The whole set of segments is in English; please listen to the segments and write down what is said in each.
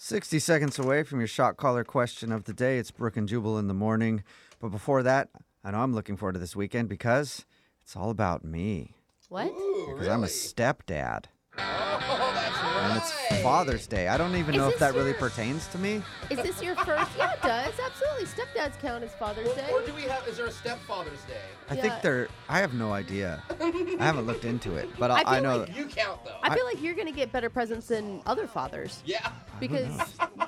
60 seconds away from your shot caller question of the day. It's Brook and Jubal in the morning. But before that, I know I'm looking forward to this weekend because it's all about me. What? Because I'm a stepdad. And it's Father's Day. I don't even Is know if this that really your- pertains to me. Is this your first? Yeah, it does. Absolutely. Stepdads count as Father's Day. Or, or do we have? Is there a stepfather's day? I Yeah. think they're. I have no idea. I haven't looked into it, but I, I I, feel know. like- You count though. I feel like you're going to get better presents than other fathers yeah. because,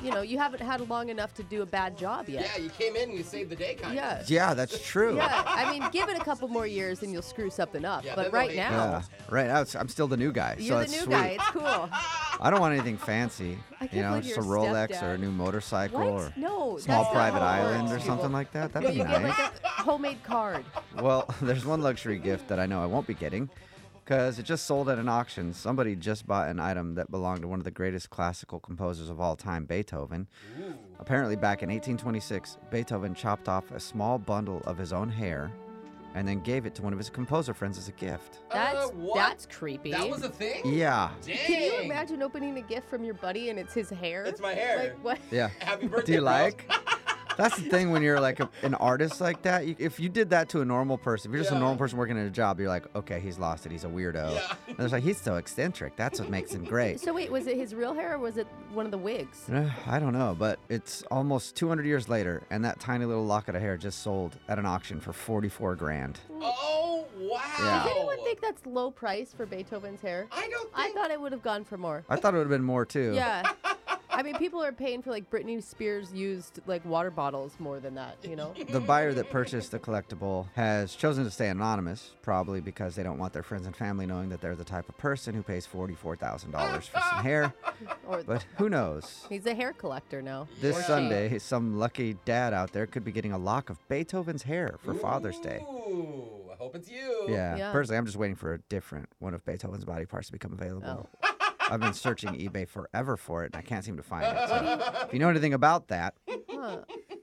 you know, you haven't had long enough to do a bad job Yeah, yet. you came in and you saved the day, kind Yeah. of. yeah, that's true. Yeah, I mean, give it a couple more years and you'll screw something up. Yeah, but then right they'll hate now, Yeah. Right now, it's, I'm still the new guy. so you're the that's new sweet. guy. It's cool. I don't want anything fancy. can't you know, believe just a you're a Rolex or a stepdad. new motorcycle or What? No. that's small not private how it works, island or people. something like that. No, That'd you be get nice. like a homemade card. Uh, Well, there's one luxury gift that I know I won't be getting because it just sold at an auction. Somebody just bought an item that belonged to one of the greatest classical composers of all time, Beethoven. Apparently, back in 1826, Beethoven chopped off a small bundle of his own hair and then gave it to one of his composer friends as a gift. That's what? that's creepy. That was a thing. Yeah. Dang. Can you imagine opening a gift from your buddy and it's his hair? It's my hair. Like what? Yeah. Happy birthday. Do you bro. like? That's the thing when you're like a, an artist like that. You, if you did that to a normal person, if you're just a Yeah. normal person working at a job, you're like, okay, he's lost it. He's a weirdo. Yeah. And it's like, he's so eccentric. That's what makes him great. So wait, was it his real hair or was it one of the wigs? Uh, I don't know, but it's almost 200 years later, and that tiny little locket of hair just sold at an auction for 44 grand. Oh wow. Yeah. Does anyone think that's low price for Beethoven's hair? I don't I think- thought it would have gone for more. I thought it would have been more too. Yeah. I mean, people are paying for like Britney Spears used like water bottles more than that, you know? The buyer that purchased the collectible has chosen to stay anonymous, probably because they don't want their friends and family knowing that they're the type of person who pays $44,000 for some hair. Or But who knows? he's a hair collector now. This Or she. Sunday, some lucky dad out there could be getting a lock of Beethoven's hair for Father's Day. Ooh, I hope it's you. Yeah. Yeah. Personally, I'm just waiting for a different one of Beethoven's body parts to become Oh, available. I've been searching eBay forever for it, and I can't seem to find it. So if you know anything about that, Huh.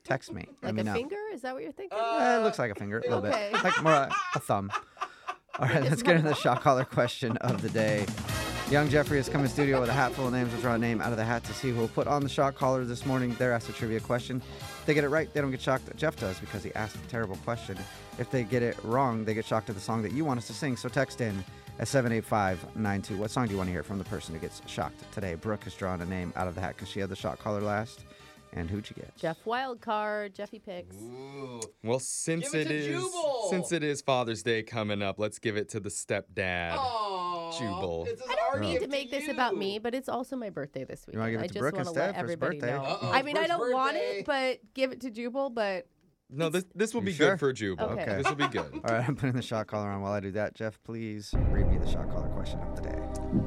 text me. Let Like me a know. finger? Is that what you're thinking? Uh, Eh, it looks like a finger, a little Okay. bit. Like more a, a thumb. All right, let's get into the shot collar question of the day. Young Jeffrey has come in studio with a hat full of names. We'll draw a name out of the hat to see who will put on the shot collar this morning. They're asked a trivia question. If they get it right, they don't get shocked that Jeff does because he asked a terrible question. If they get it wrong, they get shocked at the song that you want us to sing. So text in at 78592. What song do you want to hear from the person who gets shocked today? Brooke has drawn a name out of the hat because she had the shot collar last. And who'd you get? Jeff Wildcard, Jeffy Picks. Ooh. Well, since Give it it to is Jubal. since it is Father's Day coming up, let's give it to the stepdad. Aw, Jubal. it's as I don't arty mean up to make this you. about me, but it's also my birthday this week. wanna give it I to just Brooke want to instead let for his everybody birthday? know. Uh-oh, I mean, I Brooke's don't want it, but give it to Jubal. But No, this this will You be sure? good for Jubal. Okay. Okay. This will be good. All right, I'm putting the shot collar on. While I do that, Jeff, please read me the shot collar question of the day.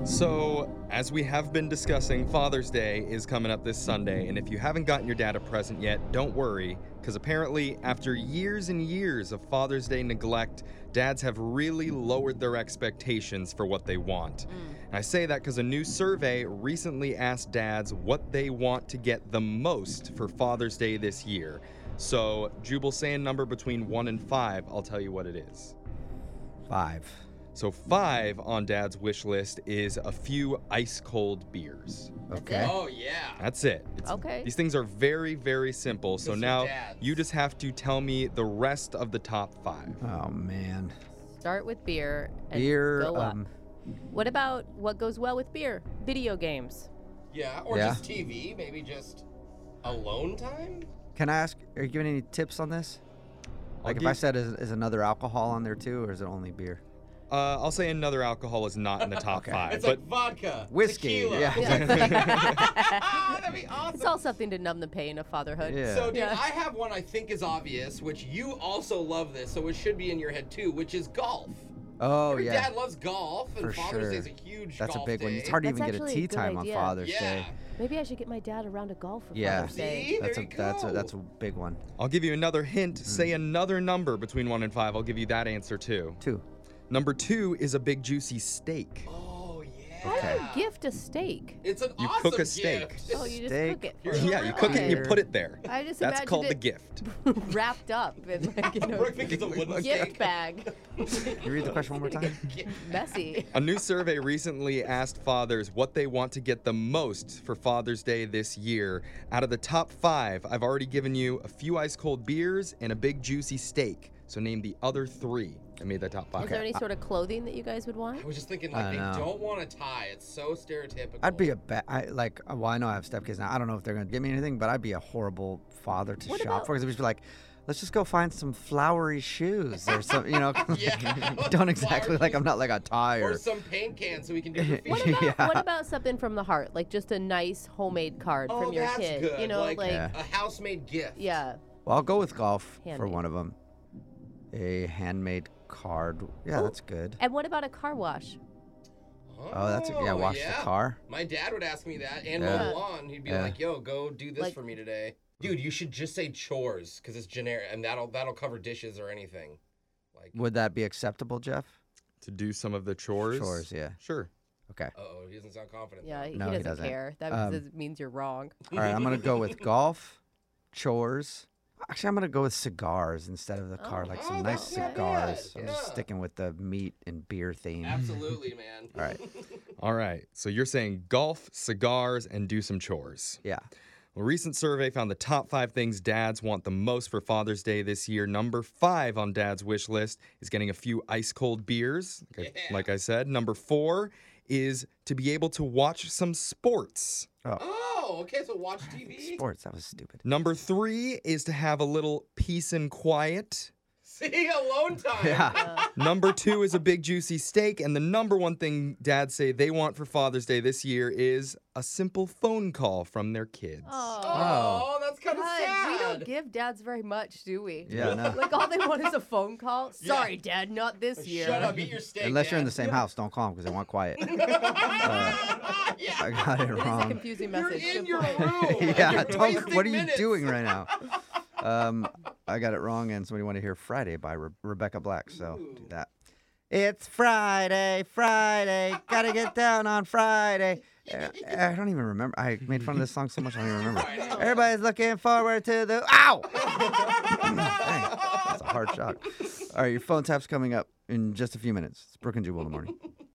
So, as we have been discussing, Father's Day is coming up this Sunday, and if you haven't gotten your dad a present yet, don't worry, because apparently, after years and years of Father's Day neglect, dads have really lowered their expectations for what they want. And I say that because a new survey recently asked dads what they want to get the most for Father's Day this year. So, Jubal, say a number between one and five, I'll tell you what it is. Five. So five on Dad's wish list is a few ice cold beers. Okay. Oh yeah. That's it. It's- Okay. These things are very, very simple. So Mr. now Dad's. you just have to tell me the rest of the top five. Oh man. start with beer and Beer. go up. Um, What about what goes well with beer? Video games. Yeah. Or Yeah. just TV, maybe just alone time. can I ask? Are you giving any tips on this? Like, if give- I said, is, is another alcohol on there too, or is it only beer? Uh, I'll say another alcohol is not in the top five. It's but like vodka, Whiskey, tequila. yeah. Ah, that'd be It's awesome. all something to numb the pain of fatherhood. Yeah. So, dude, Yeah. I have one I think is obvious, which you also love this, so it should be in your head too, which is golf. Oh Your yeah. dad loves golf, and For Father's sure. Day is a huge That's a golf big one. It's day. hard to That's even get a actually a tea good time idea. on Father's Yeah. Day. Maybe I should get my dad a round of golf for Yeah. Father's Day. See, That's there a you that's a go. that's a big one. I'll give you another Hmm. hint. Say another number between one and five. I'll give you that answer too. Two. Number two is a big juicy steak. Oh yeah. Okay. How do you gift a steak? It's an You awesome cook a gift. steak. Oh, you just Steak. cook it. Here's Yeah, you cook it and you Okay. put it there. I just That's imagined called the it gift. wrapped up in like you know, Brooke thinks it's a wooden gift steak. bag. You read the question one more time. Messy. A new survey recently asked fathers what they want to get the most for Father's Day this year. Out of the top five, I've already given you a few ice cold beers and a big juicy steak. So name the other three that made that top five. Is there any sort of clothing that you guys would want? I was just thinking, I like, they know. don't want a tie. It's so stereotypical. I'd be a bad, I, like, uh, well, I know I have stepkids now. I don't know if they're going to give me anything, but I'd be a horrible father to What shop about- for because I'd just be like, let's just go find some flowery shoes or something, you know? Yeah. don't exactly Flowery like I'm not like a tie or or. some paint can so we can do graffiti. What What about, Yeah. what about something from the heart, like just a nice homemade card oh, from your that's kid? good. You know, like, like, Yeah. a house-made gift. yeah. Well, I'll go with golf for Handmade. one of them. A handmade card. Yeah, Ooh. that's good. And what about a car wash? Oh, that's a, yeah. Oh, Wash yeah. the car. My dad would ask me that, and Yeah. mow the lawn. He'd be Yeah. like, "Yo, go do this Like- for me today." Dude, you should just say chores because it's generic, and that'll that'll cover dishes or anything. Like, Would that be acceptable, Jeff? to do some of the chores? Chores, yeah. Sure. Okay. oh, he doesn't sound confident. Yeah, he, No, he doesn't, doesn't. care. That Um, just means you're wrong. All right, I'm gonna go with golf, chores. Actually, I'm gonna go with cigars instead of the car, Oh. like some Oh, nice that's not bad, cigars. I'm just yeah. sticking with the meat and beer theme. Absolutely, man. All right. All right. So you're saying golf, cigars, and do some chores. Yeah. A recent survey found the top five things dads want the most for Father's Day this year. Number five on dad's wish list is getting a few ice cold beers, like, I- Yeah. like I said. Number four is to be able to watch some sports. oh, okay. So watch TV. Sports. That was stupid. Number three is to have a little peace and quiet. See, alone time. Yeah. Number two is a big juicy steak. And the number one thing dads say they want for Father's Day this year is a simple phone call from their kids. Oh, Oh, that's kind of God, sad. we don't give dads very much, do we? Yeah. No. Like all they want is a phone call. Yeah. Sorry, Dad, not this year. Shut up, eat your steak. Unless you're in the Dad. same house, don't call them because they want quiet. yeah. I got it It is a wrong. confusing You're message. in Good your point. room. yeah. You're Don't. wasting What are you minutes. doing right now? Um, I got it wrong, and somebody want to hear "Friday" by Re- Rebecca Black. So do Ooh. that. It's Friday, Friday. Gotta get down on Friday. Uh, I don't even remember. I made fun of this song so much I don't even remember. Everybody's looking forward to the. Ow! Dang, that's a hard shock. All right, your phone tap's coming up in just a few minutes. It's Brooke and Jubal in the morning.